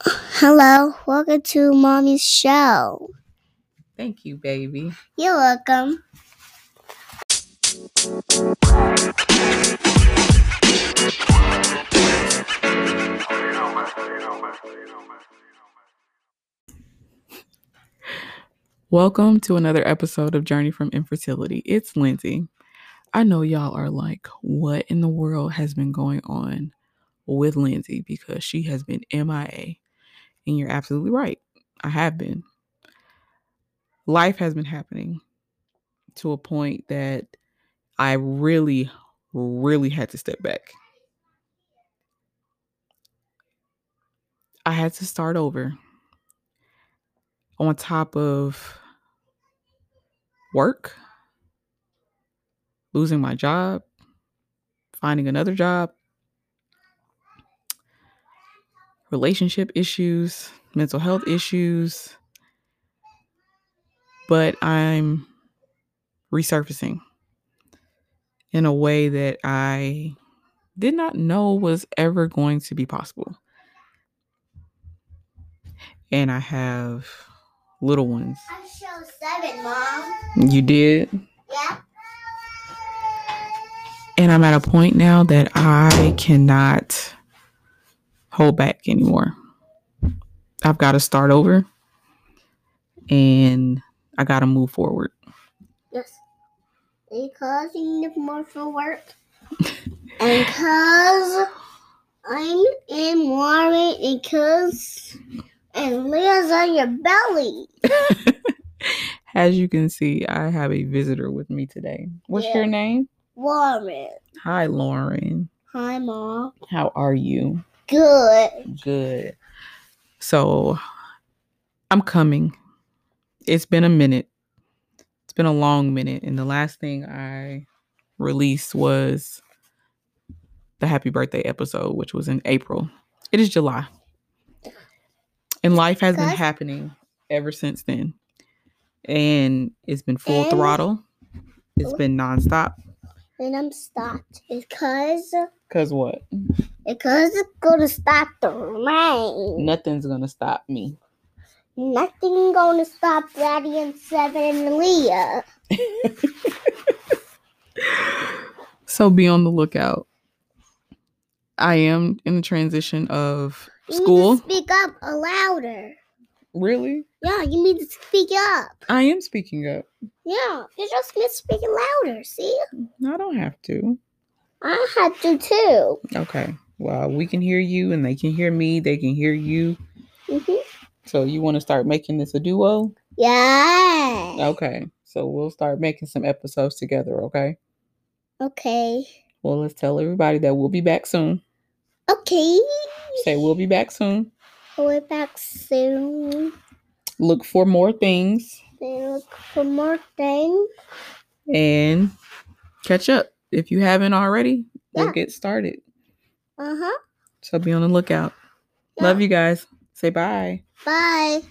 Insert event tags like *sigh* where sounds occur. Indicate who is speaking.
Speaker 1: Hello, welcome to Mommy's show.
Speaker 2: Thank you, baby.
Speaker 1: You're welcome.
Speaker 2: Welcome to another episode of Journey from Infertility. It's Lindsay. I know y'all are like, what in the world has been going on with Lindsay because she has been MIA. And you're absolutely right. I have been. Life has been happening to a point that I really, really had to step back. I had to start over on top of work, losing my job, finding another job, relationship issues, mental health issues. But I'm resurfacing in a way that I did not know was ever going to be possible. And I have little ones.
Speaker 1: I'm show seven, Mom.
Speaker 2: You did?
Speaker 1: Yeah.
Speaker 2: And I'm at a point now that I cannot hold back anymore. I've got to start over and I got to move forward.
Speaker 1: Yes. Are you causing the more for work? *laughs* and cause I'm in Warren and cause and Leah's on your belly.
Speaker 2: As you can see, I have a visitor with me today. What's
Speaker 1: Yeah.
Speaker 2: your name?
Speaker 1: Warren.
Speaker 2: Hi, Lauren.
Speaker 1: Hi, Mom.
Speaker 2: How are you?
Speaker 1: Good.
Speaker 2: Good. So I'm coming. It's been a minute. It's been a long minute. And the last thing I released was the happy birthday episode, which was in April. It is July. And life has been
Speaker 1: Guys?
Speaker 2: happening ever since then. And it's been full
Speaker 1: And-
Speaker 2: throttle. It's been nonstop.
Speaker 1: And I'm stopped. Because
Speaker 2: Cause what?
Speaker 1: because it's gonna stop the rain.
Speaker 2: Nothing's gonna stop me.
Speaker 1: Nothing gonna stop Daddy and Seven and Leah.
Speaker 2: So be on the lookout. I am in the transition of school.
Speaker 1: You need to speak up louder.
Speaker 2: Really?
Speaker 1: Yeah, you need to speak up.
Speaker 2: I am speaking up.
Speaker 1: Yeah, you just need to speak louder. See,
Speaker 2: No, I don't have to.
Speaker 1: I had to too.
Speaker 2: Okay. Well, we can hear you and they can hear me. They can hear you.
Speaker 1: hmm
Speaker 2: So you want to start making this a duo?
Speaker 1: Yeah.
Speaker 2: Okay. So we'll start making some episodes together, okay?
Speaker 1: Okay.
Speaker 2: Well, let's tell everybody that we'll be back soon.
Speaker 1: Okay.
Speaker 2: Say we'll be back soon.
Speaker 1: We're back soon.
Speaker 2: Look for more things
Speaker 1: Then look for more things.
Speaker 2: and catch up. If you haven't already,
Speaker 1: Yeah.
Speaker 2: we'll get started.
Speaker 1: Uh huh.
Speaker 2: So be on the lookout. Love you guys. Say bye.
Speaker 1: Bye.